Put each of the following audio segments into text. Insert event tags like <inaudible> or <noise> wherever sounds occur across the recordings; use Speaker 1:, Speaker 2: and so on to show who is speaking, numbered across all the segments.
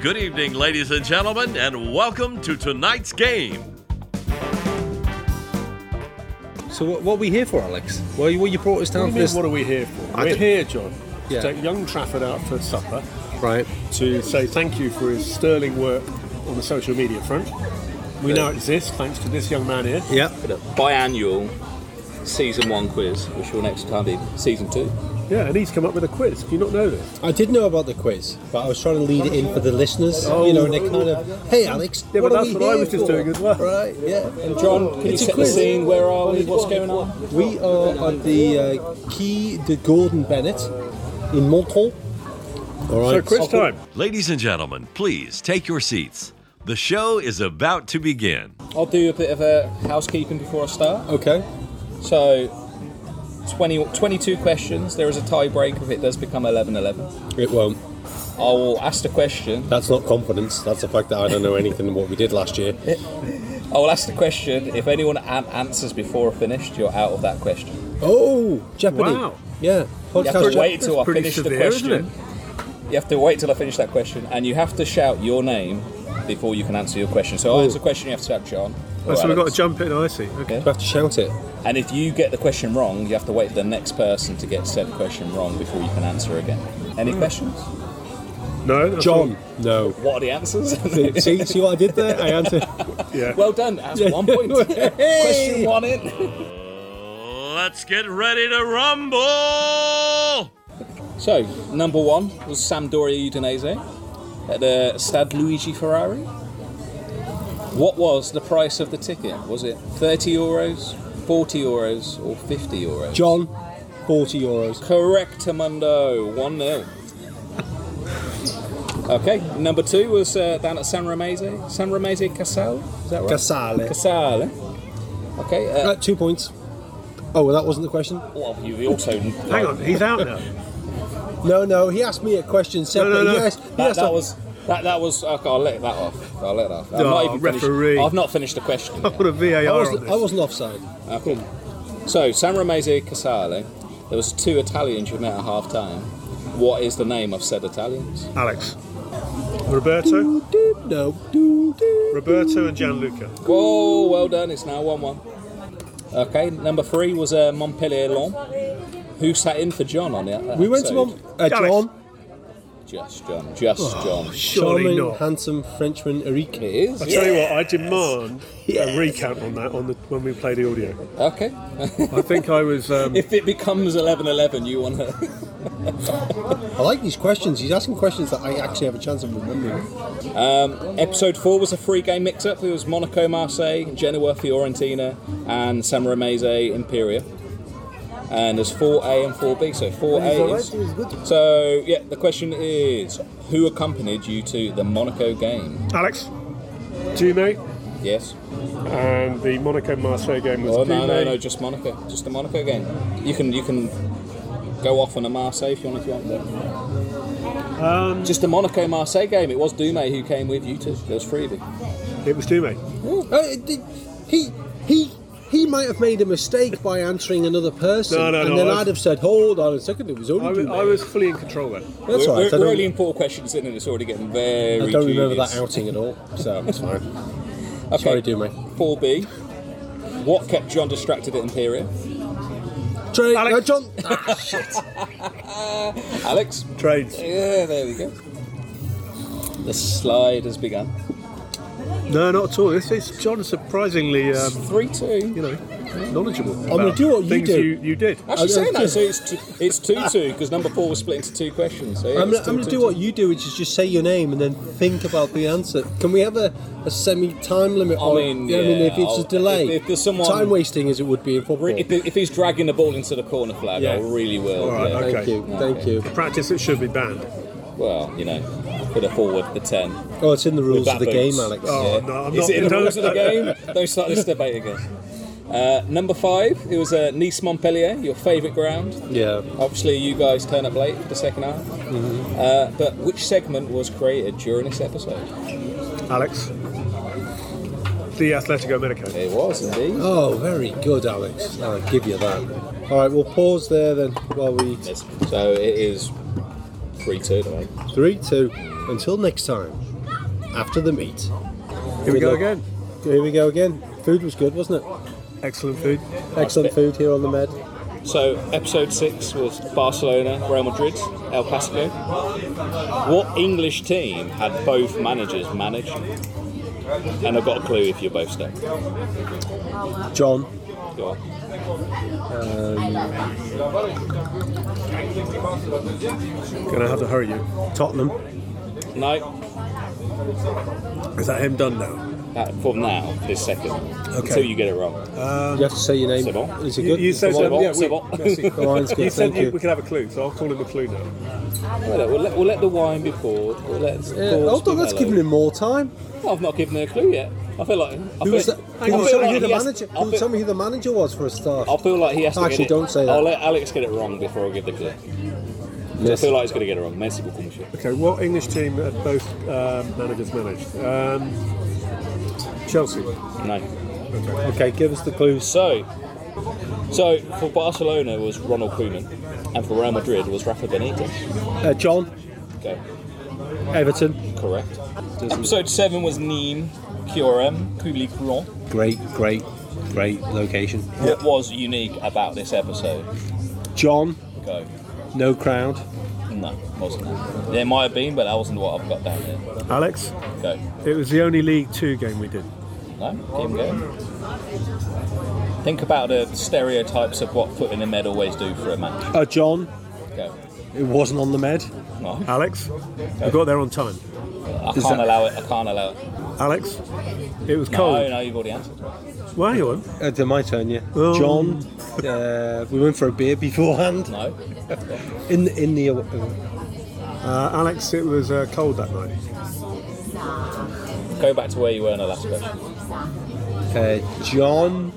Speaker 1: Good evening, ladies and gentlemen, and welcome to tonight's game.
Speaker 2: So what, what are we here for, Alex? Well, you, well, you brought us
Speaker 3: What,
Speaker 2: down
Speaker 3: do
Speaker 2: for
Speaker 3: you mean,
Speaker 2: this,
Speaker 3: what are we here for?
Speaker 2: I
Speaker 3: We're
Speaker 2: don't-
Speaker 3: here, John,
Speaker 2: Yeah.
Speaker 3: to take young Trafford out for supper,
Speaker 2: right?
Speaker 3: to say thank you for his sterling work on the social media front. We now exist thanks to this young man here.
Speaker 2: Yeah,
Speaker 4: The biannual season one quiz, which will next time be season two.
Speaker 3: Yeah, and he's come up with a quiz. Do you not know this?
Speaker 2: I did know about the quiz, but I was trying to lead it in for the listeners, you know, and it kind of, hey, Alex,
Speaker 3: Yeah,
Speaker 2: what
Speaker 3: but
Speaker 2: are we
Speaker 3: that's what I
Speaker 2: here
Speaker 3: was just
Speaker 2: for?"
Speaker 3: doing as well.
Speaker 2: right? Yeah,
Speaker 4: And John, can
Speaker 2: It's a
Speaker 4: you set
Speaker 2: quiz.
Speaker 4: the scene? Where are we? What's going on?
Speaker 2: we are at the uh, Quai de Gordon Bennett in Montreux. All right,
Speaker 3: So, quiz time.
Speaker 1: Ladies and gentlemen, please take your seats. The show is about to begin.
Speaker 4: I'll do a bit of a housekeeping before I start.
Speaker 2: Okay,
Speaker 4: So, 20, 22 questions. There is a tiebreaker if it does become 11 11.
Speaker 2: it won't.
Speaker 4: I will ask the question.
Speaker 2: That's not confidence. That's the fact that I don't know anything what we did last year.
Speaker 4: I will ask the question. If anyone an- answers before I finished, you're out of that question.
Speaker 2: Oh, Jeopardy.
Speaker 3: Wow.
Speaker 2: Yeah,
Speaker 4: You have
Speaker 2: podcast.
Speaker 4: to wait
Speaker 3: that's
Speaker 4: till I
Speaker 3: pretty
Speaker 4: finish
Speaker 3: severe,
Speaker 4: the question.
Speaker 3: isn't
Speaker 4: You have to wait till I finish that question, and you have to shout your name before you can answer your question. So, I answer a question, you have to shout John. or
Speaker 3: Oh, so we've got
Speaker 4: Alex.
Speaker 3: to jump in, I see. Okay.
Speaker 2: You have to shout it.
Speaker 4: And if you get the question wrong, you have to wait for the next person to get said question wrong before you can answer again. Any questions?
Speaker 3: No, that's
Speaker 2: John. No.
Speaker 4: What are the answers? <laughs>
Speaker 2: see, see what I did there? I answered.
Speaker 3: all. Yeah.
Speaker 4: well done. That's one point. question one in.
Speaker 1: Let's get ready to rumble!
Speaker 4: So number one was Sampdoria Udinese at the Stad Luigi Ferrari. What was the price of the ticket? Was it 30 euros, 40 euros, or 50 euros?
Speaker 2: John, 40 euros.
Speaker 4: Correct, Amundo. 1 0. Okay, number two was uh, down at San Ramese. San Ramese Casale? Is that right?
Speaker 2: Casale.
Speaker 4: Casale. eh? Okay, uh,
Speaker 2: Uh, two points. Oh, well, that wasn't the question.
Speaker 4: well, you also.
Speaker 3: Uh, Hang on, he's out now.
Speaker 2: No, no, he asked me a question separately.
Speaker 3: no.
Speaker 2: Yes,
Speaker 4: That,
Speaker 2: yes.
Speaker 4: that was. That, that was. uh, Okay, I'll let that off. I'll let that off. I've
Speaker 3: Oh,
Speaker 4: not even finished-
Speaker 3: referee.
Speaker 4: I've not finished the question.
Speaker 3: I <laughs>
Speaker 4: yet.
Speaker 3: put a VAR
Speaker 2: I,
Speaker 3: on
Speaker 2: wasn't,
Speaker 3: this.
Speaker 2: I wasn't offside.
Speaker 4: Okay. So, San Ramese Casale, there was two Italians you met at half time. What is the name of said Italians?
Speaker 3: Alex. Roberto.
Speaker 2: Doop, No. doop, doop.
Speaker 3: Roberto and Gianluca.
Speaker 4: Whoa, well done. It's now 1 1. Okay, number three was uh, Montpellier Lon. Who sat in for John on it?
Speaker 2: We went to one. Uh,
Speaker 3: Alex.
Speaker 2: John.
Speaker 4: Just John. Just John.
Speaker 3: Surely
Speaker 2: Charming,
Speaker 3: not.
Speaker 2: handsome Frenchman Enrique.
Speaker 4: It is.
Speaker 3: I
Speaker 4: yeah.
Speaker 3: tell you what, I demand a recount on that on the, when we play the audio.
Speaker 4: Okay.
Speaker 3: I think I was. Um,
Speaker 4: if it becomes 11 11, you want to.
Speaker 2: I like these questions. He's asking questions that I actually have a chance of remembering.
Speaker 4: <laughs> Episode four was a three game mix up. It was Monaco, Marseille, Genoa, Fiorentina, and San Ramese Imperia. And there's 4A and 4B. So 4A is. So, yeah, the question is who accompanied you to the Monaco game?
Speaker 3: Alex. Jume.
Speaker 4: Yes.
Speaker 3: And the Monaco Marseille game was
Speaker 4: Oh no,
Speaker 3: Jume.
Speaker 4: no, no, just Monaco, just the Monaco game. You can you can go off on a Marseille if you want if you want. To.
Speaker 2: Um,
Speaker 4: just the Monaco Marseille game. It was Dume who came with you two. There was three of you.
Speaker 3: It was Jume.
Speaker 2: Uh, d- he he he might have made a mistake by answering another person,
Speaker 3: No, no,
Speaker 2: and
Speaker 3: no,
Speaker 2: then
Speaker 3: I was-
Speaker 2: I'd have said, "Hold on a second, it was only
Speaker 3: I was,
Speaker 2: two
Speaker 3: I was fully in control then.
Speaker 2: That's
Speaker 4: we're,
Speaker 2: all right.
Speaker 4: we're,
Speaker 2: I
Speaker 4: really
Speaker 2: don't,
Speaker 4: important questions in, and it's already getting very.
Speaker 2: I don't remember that
Speaker 4: tedious.
Speaker 2: outing at all, so it's
Speaker 3: <laughs>
Speaker 2: fine.
Speaker 4: Okay.
Speaker 2: Sorry, Dume.
Speaker 4: Four B. What kept John distracted at Imperia?
Speaker 2: Trey,
Speaker 3: Alex-
Speaker 2: uh, John.
Speaker 4: Alex.
Speaker 3: Trades.
Speaker 4: Yeah, there we go. The slide has begun.
Speaker 3: No, not at all. This is John surprisingly, um,
Speaker 4: Three two.
Speaker 3: you know, knowledgeable. I'm
Speaker 2: gonna do what you
Speaker 3: things
Speaker 2: do.
Speaker 3: You, you did.
Speaker 4: Actually,
Speaker 2: I-
Speaker 4: saying that, so it's two, it's two two because number four was split into two questions. So yeah,
Speaker 2: I'm,
Speaker 4: it's
Speaker 2: gonna- I'm going to
Speaker 4: 2-2-2.
Speaker 2: do what you do, which is just say your name and then think about the answer. Can we have a, a semi time limit?
Speaker 4: I
Speaker 2: on-
Speaker 4: mean,
Speaker 2: I mean,
Speaker 4: yeah,
Speaker 2: if it's
Speaker 4: I'll-
Speaker 2: a delay,
Speaker 4: if- if there's someone-
Speaker 2: time wasting as it would be in football.
Speaker 4: Re- If, if he's dragging the ball into the corner flag,
Speaker 3: Yeah.
Speaker 4: I really will.
Speaker 3: All right,
Speaker 4: yeah.
Speaker 3: okay.
Speaker 2: thank you, thank you.
Speaker 3: Practice that should be banned.
Speaker 4: Well, you know, put a forward the ten.
Speaker 2: Oh, it's in the rules of
Speaker 4: bat
Speaker 2: the game,
Speaker 4: boots.
Speaker 2: Alex.
Speaker 3: Oh, no, I'm
Speaker 4: Is
Speaker 3: not.
Speaker 4: it in the
Speaker 3: don't-
Speaker 4: rules of
Speaker 3: <laughs>
Speaker 4: the game? Don't start this debate again. Uh, number five, it was uh, Nice Montpellier, your favourite ground.
Speaker 2: Yeah.
Speaker 4: Obviously, you guys turn up late for the second half.
Speaker 3: Mm-hmm.
Speaker 4: Uh, but which segment was created during this episode?
Speaker 3: Alex. The Atletico Medico.
Speaker 4: It was indeed.
Speaker 2: Oh, very good, Alex. I'll give you that. All right, we'll pause there then while we eat.
Speaker 3: Oh.
Speaker 4: Yes. So it is three two to eight.
Speaker 2: Three, two, until next time.
Speaker 5: after the meet.
Speaker 3: Here
Speaker 2: Good
Speaker 3: we go
Speaker 2: luck.
Speaker 3: again.
Speaker 2: Here we go again. Food was good, wasn't it?
Speaker 3: Excellent food.
Speaker 2: Excellent food here on the Med.
Speaker 4: So episode six was Barcelona, Real Madrid, El Clasico. What English team had both managers managed? And I've got a clue if you're both stuck.
Speaker 2: John.
Speaker 4: Go on.
Speaker 3: Gonna have to hurry you.
Speaker 2: Tottenham.
Speaker 4: No,
Speaker 3: Is that him done now?
Speaker 4: that from now, this second, until you get it wrong.
Speaker 2: you have to say your name.
Speaker 4: C'est bon.
Speaker 2: Is it good?
Speaker 3: Uh, You said
Speaker 2: The wine-
Speaker 3: that, yeah,
Speaker 4: C'est
Speaker 3: we,
Speaker 4: bon.
Speaker 3: that's it.
Speaker 2: The wine's
Speaker 3: you
Speaker 2: good,
Speaker 3: said
Speaker 2: thank
Speaker 3: you,
Speaker 2: you.
Speaker 3: we could have a clue, so I'll call him a clue now.
Speaker 4: We'll let, we'll let the wine be poured. We'll let the
Speaker 2: Yeah,
Speaker 4: corks
Speaker 2: hold
Speaker 4: be
Speaker 2: on, that's
Speaker 4: mellowed.
Speaker 2: giving him more time.
Speaker 4: Well, I've not given her a clue yet. I feel like. I
Speaker 2: Who
Speaker 4: feel,
Speaker 2: was that? Can
Speaker 4: I
Speaker 2: you
Speaker 4: feel
Speaker 2: tell me who
Speaker 4: like
Speaker 2: the
Speaker 4: he has-
Speaker 2: manager?
Speaker 4: I
Speaker 2: Can you
Speaker 4: feel-
Speaker 2: tell me who the manager was for a start?
Speaker 4: I feel like he has to
Speaker 2: Actually,
Speaker 4: get it.
Speaker 2: don't say that.
Speaker 4: I'll let Alex get it wrong before I give the clue. 'Cause I feel like he's going to get it wrong. Merci beaucoup, monsieur.
Speaker 3: Okay, what English team had both um, managers managed? Um, Chelsea.
Speaker 4: No.
Speaker 2: Okay, give us the clues.
Speaker 4: So, so for Barcelona was Ronald Koeman, and for Real Madrid was Rafa Benitez.
Speaker 2: Uh, John.
Speaker 4: Okay,
Speaker 2: Everton.
Speaker 4: correct. Episode seven was Nîmes, QRM, Kubli Coulon.
Speaker 5: Great, great, great location.
Speaker 4: What was unique about this episode?
Speaker 2: John.
Speaker 4: Go.
Speaker 2: No crowd.
Speaker 4: No, wasn't that. There might have been, but that wasn't what I've got down there.
Speaker 3: Alex,
Speaker 4: Go.
Speaker 3: it was the only League Two game we did.
Speaker 4: No, keep 'em going. Think about the stereotypes of what foot in the med always do for a match.
Speaker 2: Uh, John.
Speaker 4: Go.
Speaker 2: It wasn't on the Med.
Speaker 4: No,
Speaker 3: Alex, we got there on time.
Speaker 4: I
Speaker 2: Is
Speaker 4: can't
Speaker 2: that-
Speaker 4: allow it. I can't allow it.
Speaker 3: Alex, it was cold.
Speaker 4: No, no, you've already answered.
Speaker 3: Why are you on?
Speaker 2: Uh, to my turn, yeah.
Speaker 3: Um.
Speaker 2: John. Uh, we went for a beer beforehand.
Speaker 4: No.
Speaker 2: In the, in the. Uh,
Speaker 3: Uh, Alex, it was uh, cold that night.
Speaker 4: Go back to where you were in the last question.
Speaker 2: uh, John.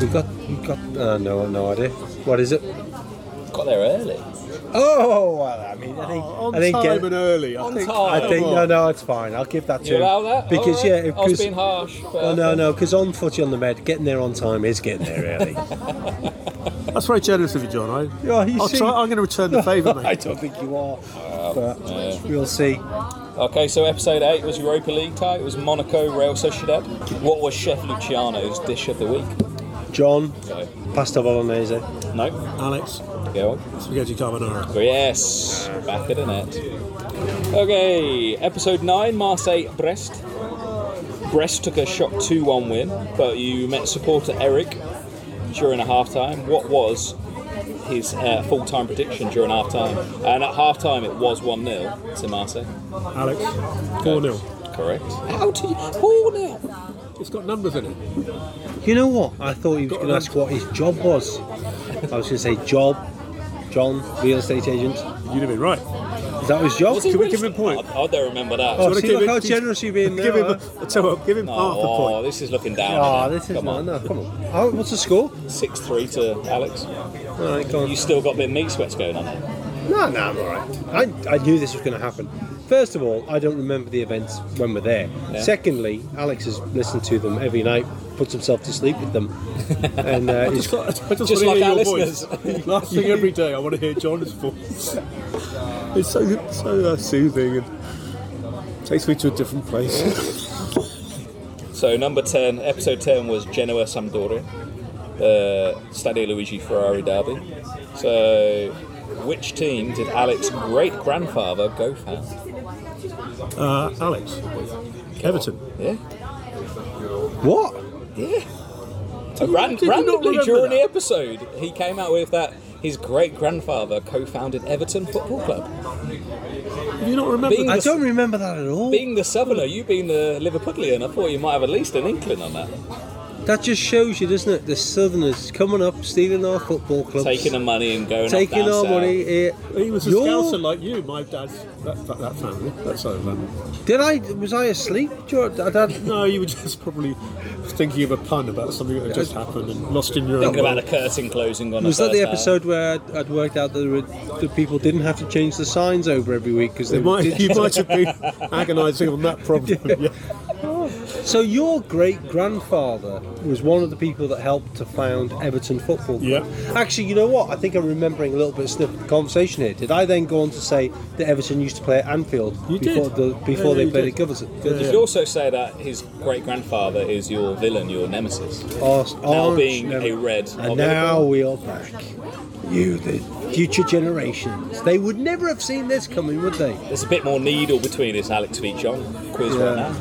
Speaker 2: We got we got uh, no no idea. What is it?
Speaker 4: Got there early.
Speaker 2: Oh, well, I mean, I think
Speaker 4: Oh,
Speaker 2: I
Speaker 3: uh,
Speaker 2: think get-
Speaker 3: early. I
Speaker 4: On think- time.
Speaker 2: I think no, no, it's fine. I'll give that to
Speaker 4: You
Speaker 2: him.
Speaker 4: allow that?
Speaker 2: because
Speaker 4: Alright.
Speaker 2: yeah, it-
Speaker 4: I was
Speaker 2: because
Speaker 4: being harsh. but-
Speaker 2: oh, no, no, because on footy on the med, getting there on time is getting there
Speaker 4: <laughs>
Speaker 2: early.
Speaker 3: That's very generous of you, John. I,
Speaker 2: Yeah, you
Speaker 3: I'll
Speaker 2: see-
Speaker 3: try, I'm going to return the
Speaker 2: <laughs>
Speaker 3: favour,
Speaker 2: I
Speaker 3: mate.
Speaker 2: don't think you are, but uh, we'll see.
Speaker 4: Okay, so episode eight was Europa League tie. It was Monaco Real Sociedad. What was Chef Luciano's dish of the week?
Speaker 2: John,
Speaker 4: Go.
Speaker 2: pasta bolognese.
Speaker 4: No.
Speaker 3: Alex,
Speaker 4: Go on.
Speaker 3: spaghetti carbonara.
Speaker 4: Go, Yes. Back of the net. Okay, episode nine Marseille Brest. Brest took a shock 2 1 win, but you met supporter Eric during a half time. What was his uh, full time prediction during half time? And at half time, it was 1 0 to Marseille.
Speaker 3: Alex, 4 0.
Speaker 4: Correct. How do you. 4 0?
Speaker 3: It's got numbers in it.
Speaker 2: You know what? I thought he was
Speaker 3: Got
Speaker 2: going to ask what his job was. I was going to say job. John, real estate agent.
Speaker 3: You'd have been right.
Speaker 2: Is that his job?
Speaker 4: Was he
Speaker 3: Can we
Speaker 4: really-
Speaker 3: give him a point?
Speaker 4: I, I don't remember that.
Speaker 2: Oh,
Speaker 3: wanna
Speaker 2: see,
Speaker 3: give
Speaker 2: look
Speaker 3: him-
Speaker 2: how generous you've been.
Speaker 3: Give him,
Speaker 2: now,
Speaker 3: a, tell you what, give him
Speaker 4: No,
Speaker 3: half a
Speaker 4: oh,
Speaker 3: point. Oh,
Speaker 4: this is looking down.
Speaker 2: Ah,
Speaker 4: isn't it?
Speaker 2: this is
Speaker 4: Come
Speaker 2: no,
Speaker 4: on.
Speaker 2: no, come on. Oh, what's the score?
Speaker 4: 6 3 to Alex.
Speaker 2: All right, go on.
Speaker 4: You still got a bit of meat sweats going on there.
Speaker 2: No, no, I'm all right. I, I knew this was going to happen. First of all, I don't remember the events when we're there.
Speaker 4: Yeah.
Speaker 2: Secondly, Alex has listened to them every night, puts himself to sleep
Speaker 4: <laughs>
Speaker 2: with them, and uh, he's,
Speaker 3: I just want
Speaker 4: Just
Speaker 3: to
Speaker 4: like
Speaker 3: hear
Speaker 4: our
Speaker 3: your
Speaker 4: listeners.
Speaker 3: voice. <laughs> Last thing every day, I want to hear John's voice. It's so so uh, soothing and takes me to a different place.
Speaker 4: So, number 10, episode 10 was Genoa Sampdoria, uh, Stadio Luigi Ferrari Derby. So, which team did Alex's great grandfather go for?
Speaker 3: <laughs> Uh, Alex, Everton.
Speaker 4: Yeah?
Speaker 2: what?
Speaker 4: Yeah. Ran-
Speaker 3: did you not
Speaker 4: randomly
Speaker 3: remember
Speaker 4: during
Speaker 3: that?
Speaker 4: the episode, he came out with that his great grandfather co founded Everton Football Club.
Speaker 3: Do you not remember?
Speaker 4: Being
Speaker 2: I
Speaker 4: the-
Speaker 2: don't remember that at all.
Speaker 4: Being the southerner, you being the Liverpudlian, I thought you might have at least an inkling on that.
Speaker 2: That just shows you, doesn't it? The Southerners coming up, stealing our football clubs,
Speaker 4: Taking the money and going
Speaker 2: taking
Speaker 4: off down
Speaker 2: our
Speaker 4: south.
Speaker 2: money. eh, Here.
Speaker 3: he was a
Speaker 2: You're-
Speaker 3: scouser like you. My dad's that, that, that family. That's so family.
Speaker 2: Did I? Was I asleep? George? I don't-
Speaker 3: No, you were just probably thinking of a pun about something that had just happened and lost in your own.
Speaker 4: Thinking about
Speaker 3: world.
Speaker 4: a curtain closing on
Speaker 2: Was
Speaker 4: a
Speaker 2: that the
Speaker 4: first
Speaker 2: episode where I'd, I'd worked out that there were- that people didn't have to change the signs over every week because they
Speaker 3: It might,
Speaker 2: did-
Speaker 3: <laughs> you might have been agonising on that problem. yeah.
Speaker 2: So your great grandfather was one of the people that helped to found Everton Football Club.
Speaker 3: Yeah.
Speaker 2: Actually, you know what? I think I'm remembering a little bit of sniff of the conversation here. Did I then go on to say that Everton used to play at Anfield
Speaker 3: You did.
Speaker 2: before the before
Speaker 3: Yeah,
Speaker 2: they
Speaker 3: you
Speaker 2: played
Speaker 3: did.
Speaker 2: at Goodison?
Speaker 4: You could also say that his great grandfather is your villain, your nemesis.
Speaker 2: Arse-
Speaker 4: Now
Speaker 2: arse-
Speaker 4: being
Speaker 2: no.
Speaker 4: a red. of
Speaker 2: And now
Speaker 4: Liverpool.
Speaker 2: we are back. You, the future generations. They would never have seen this coming, would they?
Speaker 4: There's a bit more needle between us, Alex V. John. Quiz
Speaker 2: Yeah.
Speaker 4: right now.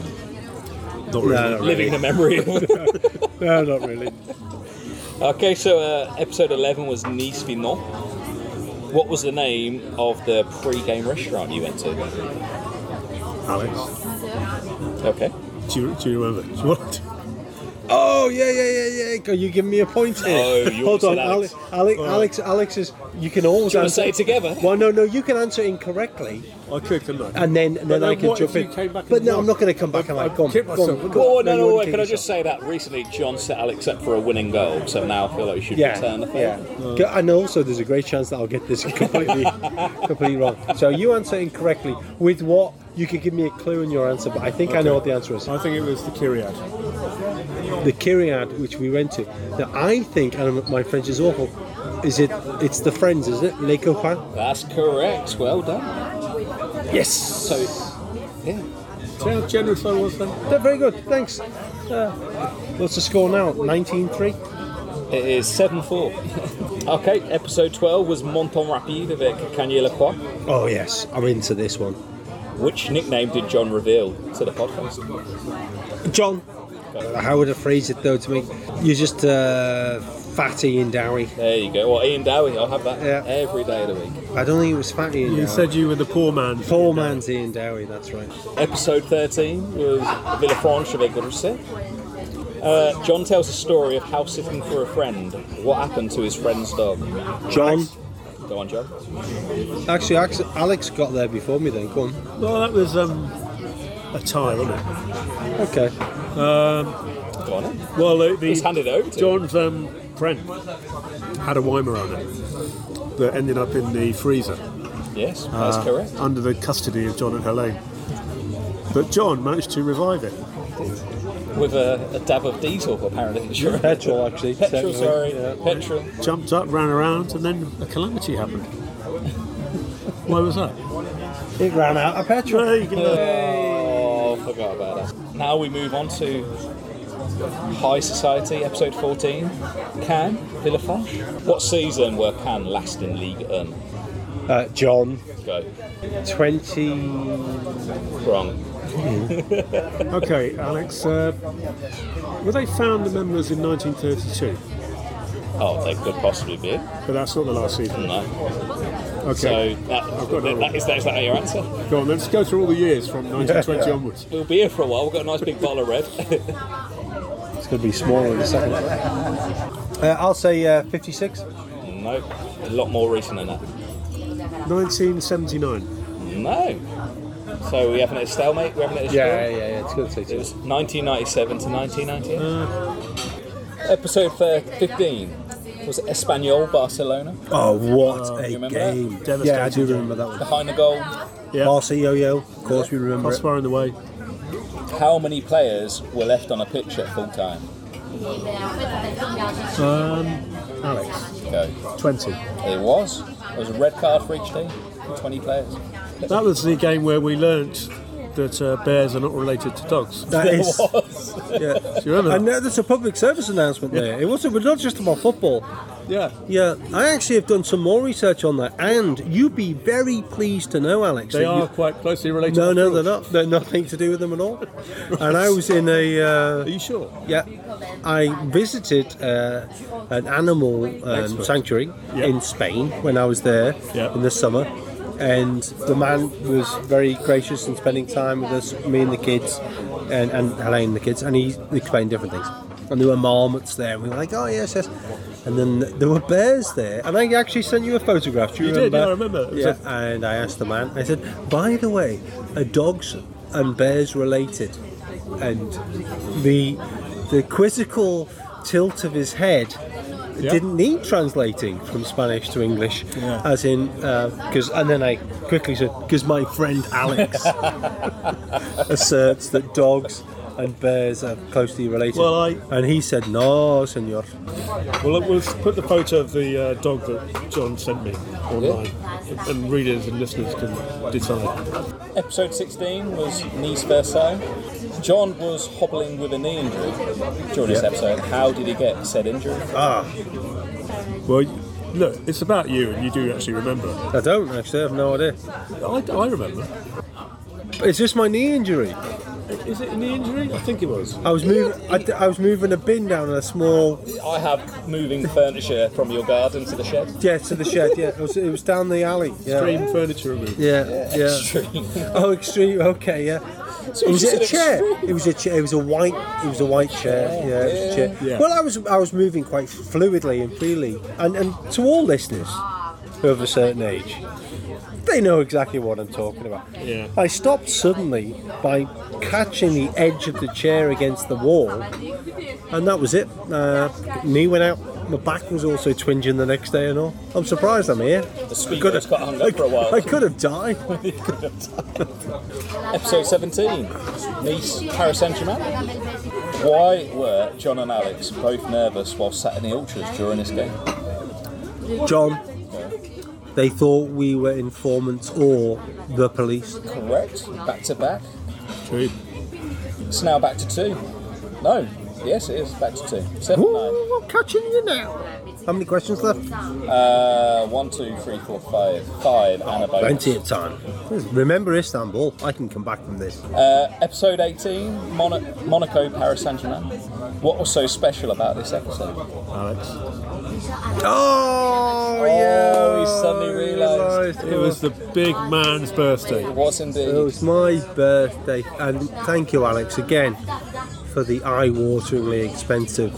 Speaker 3: Not really.
Speaker 2: No, not really.
Speaker 4: Living the memory.
Speaker 2: <laughs> No, not really.
Speaker 4: okay, so uh, episode 11 was Nice v Nantes. What was the name of the pre game restaurant you went to?
Speaker 3: Alex,
Speaker 4: Okay.
Speaker 3: do you, do you remember? Do you want to?
Speaker 2: Oh yeah, yeah, yeah, yeah. Are you giving me a point here?
Speaker 4: Oh, you
Speaker 2: Hold on,
Speaker 4: said
Speaker 2: Alex.
Speaker 4: Alex.
Speaker 2: Alex, Alex, Alex is. You can always
Speaker 4: Do you wanna
Speaker 2: answer
Speaker 4: say it together?
Speaker 2: Well, no, no. You can answer incorrectly,
Speaker 3: I could, couldn't I?
Speaker 2: and then and then I can
Speaker 3: what if
Speaker 2: jump
Speaker 3: you
Speaker 2: in.
Speaker 3: came back and
Speaker 2: But no,
Speaker 3: won?
Speaker 2: I'm not going to come back. I'm
Speaker 3: I'd
Speaker 2: like, go on,
Speaker 3: kick
Speaker 2: go on,
Speaker 3: myself,
Speaker 2: go on.
Speaker 3: wouldn't I?
Speaker 4: Oh,
Speaker 2: you
Speaker 4: no, no,
Speaker 2: wouldn't
Speaker 4: wait.
Speaker 2: kick
Speaker 4: Can I
Speaker 2: yourself.
Speaker 4: just say that recently John set Alex up for a winning goal, so now I feel like you should return the
Speaker 2: Yeah,
Speaker 4: favor.
Speaker 2: yeah. Go- And also, there's a great chance that I'll get this <laughs> completely, completely wrong. So you answer incorrectly with what you could give me a clue in your answer, but I think I know what the answer is.
Speaker 3: I think it was the Kyriad.
Speaker 2: the Kyriad, which we went to. Now, I think, and my French is awful, is it? It's the friends, is it? Les copains.
Speaker 4: That's correct. Well done.
Speaker 2: Yes.
Speaker 4: So, yeah.
Speaker 3: See how generous I was then?
Speaker 2: They're very good. Thanks. Uh, what's the score now? 19-3.
Speaker 4: It is 7 4. <laughs> okay, episode 12 was Monton Rapide avec Kanye Lacroix.
Speaker 2: Oh yes, I'm into this one.
Speaker 4: Which nickname did John reveal to the podcast?
Speaker 2: John, how would I phrase it though? To me, you're just uh, fatty and dowy.
Speaker 4: There you go. Well, Ian Dowie, I'll have that
Speaker 2: Yeah.
Speaker 4: every day of the week.
Speaker 2: I don't think it was fatty and
Speaker 3: You
Speaker 2: dowy.
Speaker 3: said you were the poor man.
Speaker 2: Poor man's Ian Dowie, that's right.
Speaker 4: Episode 13 was Villafranche avec Rousset. Uh, John tells a story of house sitting for a friend. What happened to his friend's dog?
Speaker 2: John.
Speaker 4: Go on, John.
Speaker 2: Actually, Alex- Alex got there before me then, come on.
Speaker 3: Well, that was um, a tie, wasn't it?
Speaker 2: Okay.
Speaker 4: Go on. then.
Speaker 3: Well, the,
Speaker 4: He's handed over to
Speaker 3: John's um, friend had a Weimaraner that ended up in the freezer
Speaker 4: Yes, that's
Speaker 3: uh,
Speaker 4: correct.
Speaker 3: under the custody of John and Helene. But John managed to revive it.
Speaker 4: With a, a dab of diesel, apparently. <laughs>
Speaker 2: Petrol, actually. technically.
Speaker 4: Petrol, sorry.
Speaker 2: Yeah.
Speaker 4: Petrol.
Speaker 3: Jumped up, ran around, and then a
Speaker 2: <laughs>
Speaker 3: calamity happened. Why was that?
Speaker 2: It ran out of petrol.
Speaker 3: There you go.
Speaker 4: Oh, forgot about that. Now we move on to High Society, episode 14. Can Villafranche. What season were Can last in League Un?
Speaker 2: Uh, John,
Speaker 4: Go.
Speaker 2: 20...
Speaker 4: Wrong.
Speaker 3: Okay, Alex. Uh, were they founder members in 1932?
Speaker 4: Oh, they could possibly be.
Speaker 3: But that's not the last season.
Speaker 4: No.
Speaker 3: Okay,
Speaker 4: So that,
Speaker 3: I've got another
Speaker 4: that, is, that is that your answer?
Speaker 3: go on. Let's go through all the
Speaker 2: <laughs>
Speaker 3: years from 1920 onwards.
Speaker 4: We'll be here for a while. We've got a nice big bottle of red. <laughs>
Speaker 2: It's going to be smaller in a second. Uh, I'll say uh, 56.
Speaker 4: no. A lot more recent than that.
Speaker 3: 1979.
Speaker 4: No. So we haven't hit a stalemate. We haven't hit a
Speaker 2: Yeah, yeah,
Speaker 4: draw?
Speaker 2: yeah. It's going to take
Speaker 4: It
Speaker 2: two.
Speaker 4: was 1997 to 1998. Episode thir- 15 was Espanyol Barcelona.
Speaker 2: Oh, what
Speaker 4: you
Speaker 2: a
Speaker 4: remember that?
Speaker 2: game!
Speaker 3: Devastating
Speaker 2: Yeah, I do
Speaker 3: game.
Speaker 2: remember that one.
Speaker 4: Behind the goal,
Speaker 3: Yeah.
Speaker 2: Barca yo-yo. Of course, we remember it.
Speaker 3: Crossbar in the way.
Speaker 4: how many players were left on a pitch at full time?
Speaker 3: Um, Alex,
Speaker 4: Go.
Speaker 3: 20.
Speaker 4: It was. It was a red card for each team. 20 players.
Speaker 3: That was the game where we learnt that uh, bears are not related to dogs. Do
Speaker 2: <laughs> That is.
Speaker 4: was.
Speaker 2: Yeah.
Speaker 3: you remember?
Speaker 2: I know there's a public service announcement there. It wasn't. We're not just about football.
Speaker 3: Yeah.
Speaker 2: Yeah, I actually have done some more research on that, and you'd be very pleased to know, Alex.
Speaker 3: They
Speaker 2: that you-
Speaker 3: are quite closely related.
Speaker 2: no,
Speaker 3: to
Speaker 2: no,
Speaker 3: dogs.
Speaker 2: they're not. They're nothing to do with them at <laughs> all. And I was in a. Uh,
Speaker 3: Are you sure?
Speaker 2: Yeah, I visited uh, an animal um,
Speaker 3: Expert.
Speaker 2: sanctuary
Speaker 3: Yeah.
Speaker 2: in Spain when I was there
Speaker 3: Yeah.
Speaker 2: in the summer, and the man was very gracious in spending time with us, me and the kids, and, and Helene and the kids, and he explained different things. And there were marmots there, and we were like, oh yes, yes. And then there were bears there, and I actually sent you a photograph. Do you,
Speaker 3: You did,
Speaker 2: remember?
Speaker 3: yeah, I remember. It was
Speaker 2: Yeah, and I asked the man. I said, by the way, are dogs and bears related? and the the quizzical tilt of his head
Speaker 3: Yeah.
Speaker 2: didn't need translating from Spanish to English,
Speaker 3: Yeah.
Speaker 2: as in because. and then I
Speaker 3: <laughs>
Speaker 2: quickly said because my friend Alex asserts that dogs and bears are closely related.
Speaker 3: Well, I-
Speaker 2: and he said, "No, senor."
Speaker 3: Well, we'll put the photo of the uh, dog that John sent me online, and readers and listeners can decide.
Speaker 4: Episode 16 was Nice Versailles. John was hobbling with a knee injury during this episode. How did he get said injury?
Speaker 3: Well, look, it's about you, and you do actually remember.
Speaker 2: I don't actually. I have no idea.
Speaker 3: I, I remember.
Speaker 2: Is this my knee injury?
Speaker 3: Is it in the injury? I think it was.
Speaker 2: I was moving. I, d- I was moving a bin down in a small
Speaker 4: I have moving furniture from your garden to the shed.
Speaker 2: yeah to the shed. Yeah, it was, it was down the alley. Yeah.
Speaker 3: Extreme furniture removal.
Speaker 2: Yeah, yeah. Oh, extreme. Okay, yeah. was
Speaker 4: you
Speaker 2: it a
Speaker 4: said
Speaker 2: chair?
Speaker 4: extreme.
Speaker 2: It was a chair. It was a white. It was a white chair. Yeah, it was a chair.
Speaker 3: Yeah.
Speaker 2: Well, I was I was moving quite fluidly and freely, and and to all listeners who are of a certain age, they know exactly what I'm talking about.
Speaker 3: Yeah.
Speaker 2: I stopped suddenly by catching the edge of the chair against the wall, and that was it. Uh, knee went out. My back was also twinging the next day and all. I'm surprised I'm here.
Speaker 4: The
Speaker 2: I could
Speaker 4: speaker's
Speaker 2: have-
Speaker 4: got hung up for a while.
Speaker 2: I could have died.
Speaker 4: Episode 17 Nice Paris Saint Germain. Why were John and Alex both nervous while sat in the ultras during this game?
Speaker 2: John, they thought we were informants or the police.
Speaker 4: Correct. Back to back.
Speaker 3: True.
Speaker 4: It's now back to two. No. Yes, it is back to two. Seven nine.
Speaker 2: Ooh, I'm catching you now. How many questions left?
Speaker 4: Uh, one, two, three, four, five. Five and a bonus.
Speaker 2: Plenty of time. Remember Istanbul. I can come back from this.
Speaker 4: Uh, episode 18, Mono- Monaco, Paris Saint Germain. What was so special about this episode?
Speaker 3: Alex.
Speaker 2: Oh,
Speaker 4: yeah. he suddenly realised.
Speaker 3: It was the big man's birthday.
Speaker 4: It was indeed.
Speaker 2: It was my birthday, and thank you, Alex, again for the eye-wateringly expensive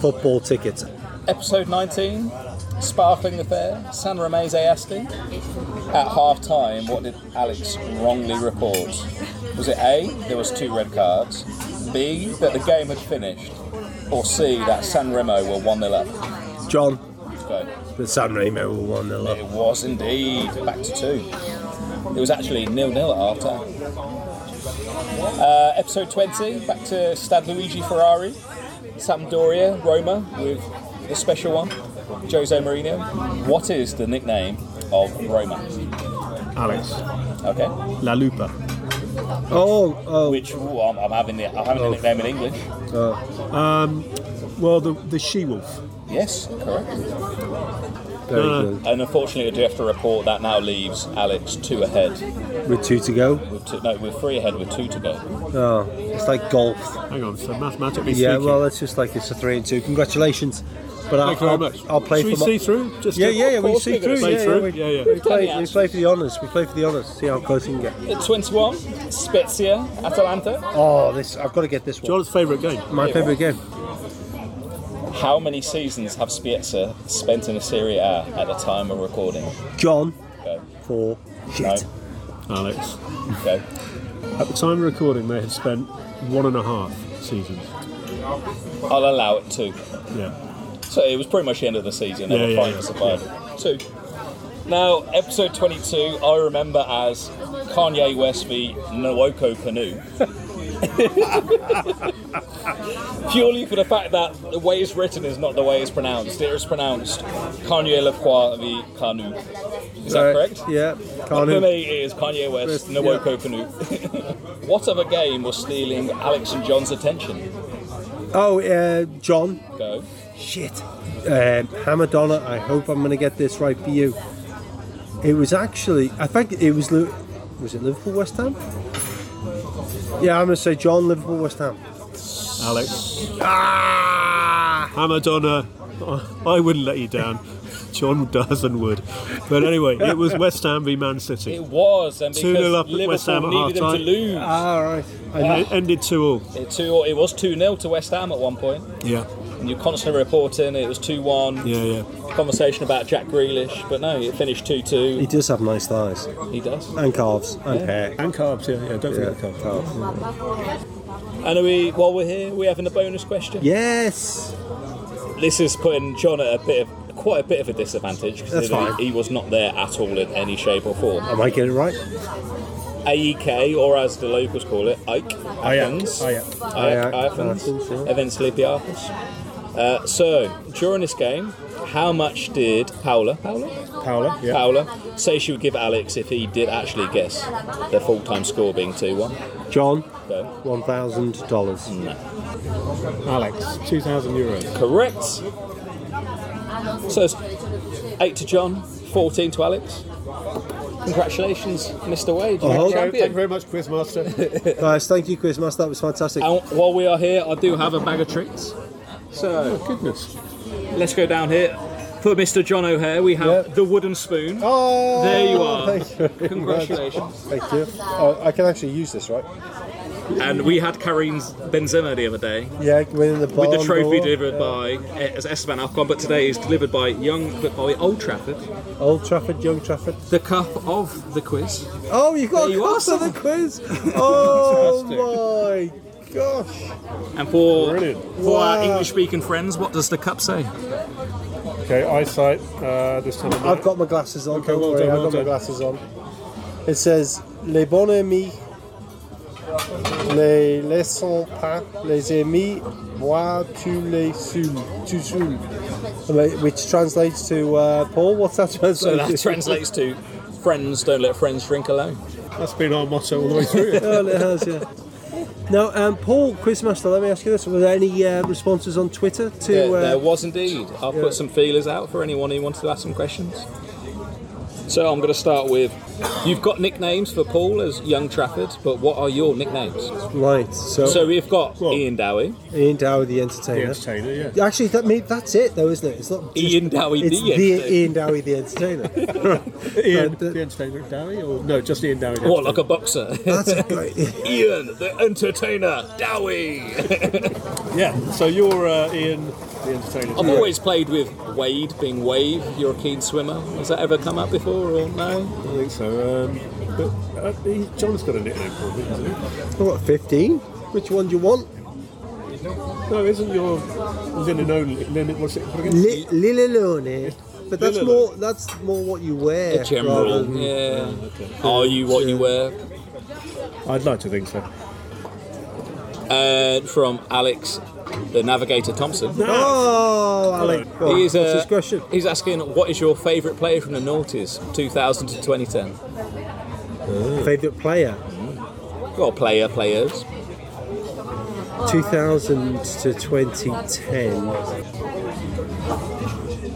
Speaker 2: football tickets.
Speaker 4: Episode 19, Sparkling Affair, San Ramese asking. At half time, what did Alex wrongly report? Was it A, there was two red cards, B, that the game had finished, or C, that San Remo were 1 0 up?
Speaker 2: John,
Speaker 4: Go.
Speaker 2: the San Remo will one nil up.
Speaker 4: It was indeed back to two. It was actually nil nil at half time. Uh, episode 20, back to Stad Luigi Ferrari, Sampdoria, Roma with the special one, Jose Mourinho. What is the nickname of Roma?
Speaker 3: Alex.
Speaker 4: Okay,
Speaker 3: La Lupa.
Speaker 2: Oh, oh,
Speaker 4: which ooh, I'm, I'm having the I'm having the nickname in English.
Speaker 3: Well, the, the she wolf.
Speaker 4: Yes, correct.
Speaker 2: very good.
Speaker 4: And unfortunately, I do have to report that now leaves Alex two ahead.
Speaker 2: With two to go.
Speaker 4: With two, no, we're three ahead with two to go.
Speaker 2: Oh, it's like golf.
Speaker 3: Hang on, so mathematically
Speaker 2: Yeah,
Speaker 3: speaking.
Speaker 2: well, it's just like it's a three and two. Congratulations, but I'll,
Speaker 3: Thank you very
Speaker 2: I'll,
Speaker 3: much.
Speaker 2: I'll play
Speaker 3: Should
Speaker 2: for.
Speaker 3: we
Speaker 2: my-
Speaker 3: see through? Just
Speaker 2: Yeah,
Speaker 3: to-
Speaker 2: yeah, yeah. We
Speaker 4: course
Speaker 2: see
Speaker 4: we're
Speaker 2: through.
Speaker 4: gonna
Speaker 3: see
Speaker 2: Yeah,
Speaker 3: through.
Speaker 2: yeah,
Speaker 3: Yeah, yeah.
Speaker 2: We, we play. We
Speaker 4: Yes.
Speaker 2: play for the honors. We play for the honors. See how close we can get.
Speaker 4: At 21, Spezia, Atalanta.
Speaker 2: Oh, this! I've got to get this one.
Speaker 3: John's favourite game.
Speaker 2: My favorite game.
Speaker 4: How many seasons have Spiezia spent in the Serie A at the time of recording?
Speaker 2: John
Speaker 4: Go.
Speaker 2: for
Speaker 4: No.
Speaker 2: shit.
Speaker 3: Alex.
Speaker 4: Go.
Speaker 3: At the time of recording, they had spent one and a half seasons.
Speaker 4: I'll allow it two.
Speaker 3: Yeah.
Speaker 4: So it was pretty much the end of the season. They
Speaker 3: Yeah,
Speaker 4: were
Speaker 3: yeah,
Speaker 4: fighting
Speaker 3: yeah.
Speaker 4: for survival. Two. Now, episode 22, I remember as Kanye West v. Nwoko Canoe. <laughs> Purely for the fact that the way it's written is not the way it's pronounced. It is pronounced Kanye Lacroix v. Canoe. Is
Speaker 2: Right,
Speaker 4: that correct?
Speaker 2: Yeah.
Speaker 4: For
Speaker 2: Carnu.
Speaker 4: me, it is Kanye West,
Speaker 2: Yeah.
Speaker 4: Nwoko Canoe. <laughs> what other game was stealing Alex and John's attention?
Speaker 2: Oh, uh, John.
Speaker 4: Go.
Speaker 2: Shit. Um, Hamadonna. I hope I'm going to get this right for you. It was actually. I think it was. Lu- Was it Liverpool West Ham? Yeah, I'm going to say John Liverpool West Ham.
Speaker 3: Alex. Ah! Hamadonna. I wouldn't let you down. John does and would. But anyway, it was West Ham v Man City.
Speaker 4: It was, and
Speaker 3: 2-0
Speaker 4: because
Speaker 3: up at
Speaker 4: Liverpool
Speaker 3: West Ham at
Speaker 4: needed them to
Speaker 3: half-time.
Speaker 4: lose.
Speaker 2: All right.
Speaker 3: And it ended 2 all.
Speaker 4: It, two, it was 2 0 to West Ham at one point,
Speaker 3: Yeah.
Speaker 4: and you're constantly reporting it was 2 1.
Speaker 3: Yeah, yeah.
Speaker 4: Conversation about Jack Grealish, but no, it finished 2
Speaker 2: He
Speaker 4: 2.
Speaker 2: does have nice thighs
Speaker 4: He does.
Speaker 2: and calves and hair.
Speaker 3: And carbs, yeah, yeah. Don't
Speaker 2: Yeah,
Speaker 3: forget the carbs.
Speaker 2: calves.
Speaker 4: And are we, while we're here, we having a bonus question?
Speaker 2: Yes.
Speaker 4: This is putting John at a bit of quite a bit of a disadvantage
Speaker 2: That's
Speaker 4: because he,
Speaker 2: fine.
Speaker 4: he was not there at all in any shape or form.
Speaker 2: I might get it right.
Speaker 4: AEK, E or as the locals call it, Ike Athens.
Speaker 3: Ayak,
Speaker 4: Ayak
Speaker 2: Ayak
Speaker 4: Athens,
Speaker 2: Athens, yeah.
Speaker 4: and then Sleepy Athens. Uh, so, during this game, how much did Paola, Paola,
Speaker 3: Paola, yeah.
Speaker 4: Paola say she would give Alex if he did actually guess their full-time score being 2-1?
Speaker 2: John,
Speaker 4: So,
Speaker 2: one thousand dollars.
Speaker 3: Alex, 2,000 euros.
Speaker 4: correct. So, it's 8 to John, 14 to Alex. Congratulations, Mr. Wade. You're
Speaker 2: Oh,
Speaker 4: the
Speaker 3: Thank you
Speaker 4: champion.
Speaker 3: very much, Quizmaster.
Speaker 2: Guys, thank you, Quizmaster. That was fantastic.
Speaker 4: And while we are here, I do have a bag of treats. So,
Speaker 3: Goodness.
Speaker 4: Let's go down here. For Mr. John O'Hare, we have
Speaker 2: Yeah.
Speaker 4: the wooden spoon.
Speaker 2: Oh,
Speaker 4: There you are.
Speaker 2: Thank you very
Speaker 4: Congratulations.
Speaker 2: much. Thank you. Oh, I can actually use this, right?
Speaker 4: And we had Karim's Benzema the other day
Speaker 2: Yeah, winning the
Speaker 4: with the
Speaker 2: Ballon
Speaker 4: trophy
Speaker 2: d'Or.
Speaker 4: delivered by eh, as Esteban Alcon, but today is delivered by young but by Old Trafford.
Speaker 2: Old Trafford, Young Trafford.
Speaker 4: The cup of the quiz.
Speaker 2: Oh, you got
Speaker 4: There you
Speaker 2: a
Speaker 4: are,
Speaker 2: cup for the
Speaker 4: <laughs>
Speaker 2: quiz. Oh my gosh.
Speaker 4: And for
Speaker 3: Brilliant.
Speaker 4: for our
Speaker 2: Wow.
Speaker 4: English speaking friends, what does the cup say?
Speaker 3: Okay, eyesight uh, this time of night.
Speaker 2: I've got my glasses on.
Speaker 3: Okay,
Speaker 2: don't
Speaker 3: well
Speaker 2: worry,
Speaker 3: done,
Speaker 2: I've
Speaker 3: well
Speaker 2: got my
Speaker 3: done.
Speaker 2: glasses on. It says les bons amis, les laissons pas, les amis, moi tu les sous, tu sous. Which translates to uh, Paul. What's that translate?
Speaker 4: So that <laughs>
Speaker 2: to?
Speaker 4: translates to friends don't let friends drink alone.
Speaker 3: That's been our motto all the way through.
Speaker 2: <laughs> well, it has, yeah. No, um, Paul Quizmaster. Let me ask you this: Were there any uh, responses on Twitter to?
Speaker 4: There,
Speaker 2: uh,
Speaker 4: there was indeed. I'll
Speaker 2: yeah.
Speaker 4: put some feelers out for anyone who wanted to ask some questions. So I'm going to start with you've got nicknames for Paul as Young Trafford, but what are your nicknames?
Speaker 2: Right. So,
Speaker 4: So we've got
Speaker 3: Well-
Speaker 4: Ian Dowie,
Speaker 2: Ian Dowie, the entertainer.
Speaker 3: the entertainer, yeah.
Speaker 2: Actually, that may, that's it though, isn't it? It's not just-
Speaker 4: Ian Dowie,
Speaker 2: It's
Speaker 4: the
Speaker 2: the,
Speaker 4: entertainer.
Speaker 2: Ian Dowie, the entertainer.
Speaker 3: Ian,
Speaker 2: But the-
Speaker 3: the entertainer, Dowie? Or, no, just Ian Dowie.
Speaker 4: what like a boxer? <laughs>
Speaker 2: That's <laughs> a great.
Speaker 4: Ian, the entertainer, Dowie.
Speaker 3: Yeah, so you're uh, Ian, the entertainer.
Speaker 4: I've always played with Wade, being Wave. You're a keen swimmer. Has that ever come up before or no?
Speaker 3: I think so. Um, but uh, he, John's got a nickname for him, isn't he?
Speaker 2: What, 15? Which one do you want?
Speaker 3: No, isn't your Linenone, Lin, what's it called again?
Speaker 2: Li- Lililone. But that's
Speaker 3: Lililone.
Speaker 2: more that's more what you wear.
Speaker 4: A general,
Speaker 2: rather than-
Speaker 4: yeah. Are you what you wear?
Speaker 3: I'd like to think so.
Speaker 4: Uh, from Alex, the navigator Thompson.
Speaker 2: Oh, Alec. go on.
Speaker 4: He's,
Speaker 2: What's
Speaker 4: uh,
Speaker 2: his question?
Speaker 4: he's asking, what is your favourite player from the noughties, 2000 to 2010?
Speaker 2: Favorite player?
Speaker 4: Well, player, players.
Speaker 2: 2000 to 2010.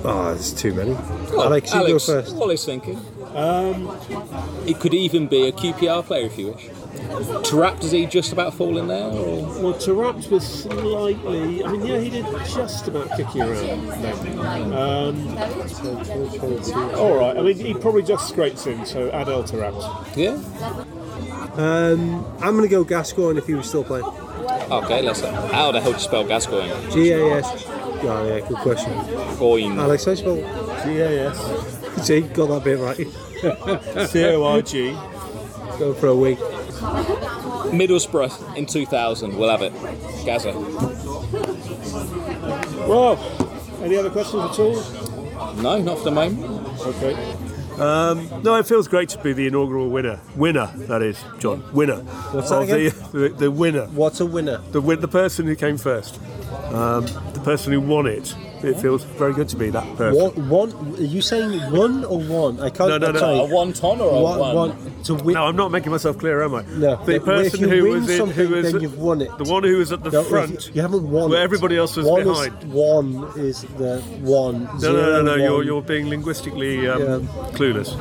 Speaker 2: Oh, there's too many.
Speaker 4: Well,
Speaker 2: Alex, you go first.
Speaker 4: What is thinking? it could even be a QPR player if you wish. Trap, does he just about fall in there? Or?
Speaker 3: Well, Tarapt was slightly. I mean, yeah, he did just about kick you around. Um, All right. I mean, he probably just scrapes in. So Adel Tarapt.
Speaker 4: Yeah?
Speaker 2: Um, I'm gonna go Gascoigne if he was still playing.
Speaker 4: Okay, let's How the hell do you spell Gascoigne?
Speaker 2: G A S. Oh yeah, good question.
Speaker 4: Goin.
Speaker 2: Alex, I spell.
Speaker 3: G A S
Speaker 2: See, got that bit right.
Speaker 3: C O R G.
Speaker 2: Go for a week.
Speaker 4: Middlesbrough in 2000. We'll have it. Gaza.
Speaker 3: Well, any other questions at all?
Speaker 4: No, not for the moment.
Speaker 3: Okay. Um, no, it feels great to be the inaugural winner. Winner, that is, John. Winner
Speaker 2: that
Speaker 3: of the, the the winner,
Speaker 2: What a winner!
Speaker 3: the win, the person who came first, um, the person who won it. It feels very good to be that person.
Speaker 2: One, one. Are you saying one or one? I can't.
Speaker 3: No, no, no.
Speaker 2: sorry.
Speaker 4: A one ton or a
Speaker 2: Uh, One-
Speaker 4: one?
Speaker 2: one- to win.
Speaker 3: No, I'm not making myself clear, am I?
Speaker 2: No.
Speaker 3: The
Speaker 2: But if you
Speaker 3: person who
Speaker 2: win
Speaker 3: was in,
Speaker 2: something,
Speaker 3: who was
Speaker 2: then you've won it.
Speaker 3: The one who was at the
Speaker 2: No, if
Speaker 3: front.
Speaker 2: You, you haven't won.
Speaker 3: Where
Speaker 2: it.
Speaker 3: everybody else was
Speaker 2: one Is,
Speaker 3: behind.
Speaker 2: one is the one.
Speaker 3: No, no, no, no.
Speaker 2: one.
Speaker 3: You're, you're being linguistically um,
Speaker 2: Yeah.
Speaker 3: clueless.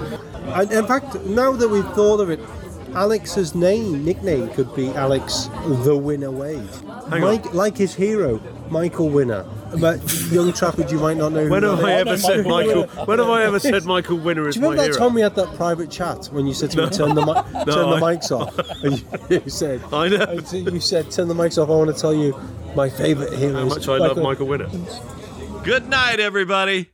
Speaker 2: And in fact, now that we've thought of it, Alex's name nickname could be Alex the Winner Wade.
Speaker 3: Hang
Speaker 2: Mike, like his hero, Michael Winner. But young Trafford, you might not know. who
Speaker 3: When have
Speaker 2: that
Speaker 3: I
Speaker 2: is.
Speaker 3: ever said
Speaker 4: Michael
Speaker 3: Michael? When
Speaker 2: <laughs>
Speaker 3: have I ever said Michael Winner is
Speaker 2: Do you remember
Speaker 3: my
Speaker 2: that
Speaker 3: hero?
Speaker 2: time we had that private chat when you said to me, turn the,
Speaker 3: <laughs>
Speaker 2: mi- turn the
Speaker 3: I-
Speaker 2: mics
Speaker 3: <laughs>
Speaker 2: off? And you, you said,
Speaker 3: I know.
Speaker 2: <laughs> and so You said, turn the mics off, I want to tell you my favourite hero.
Speaker 3: How
Speaker 2: is
Speaker 3: much I love Michael Winner.
Speaker 1: Good night, everybody.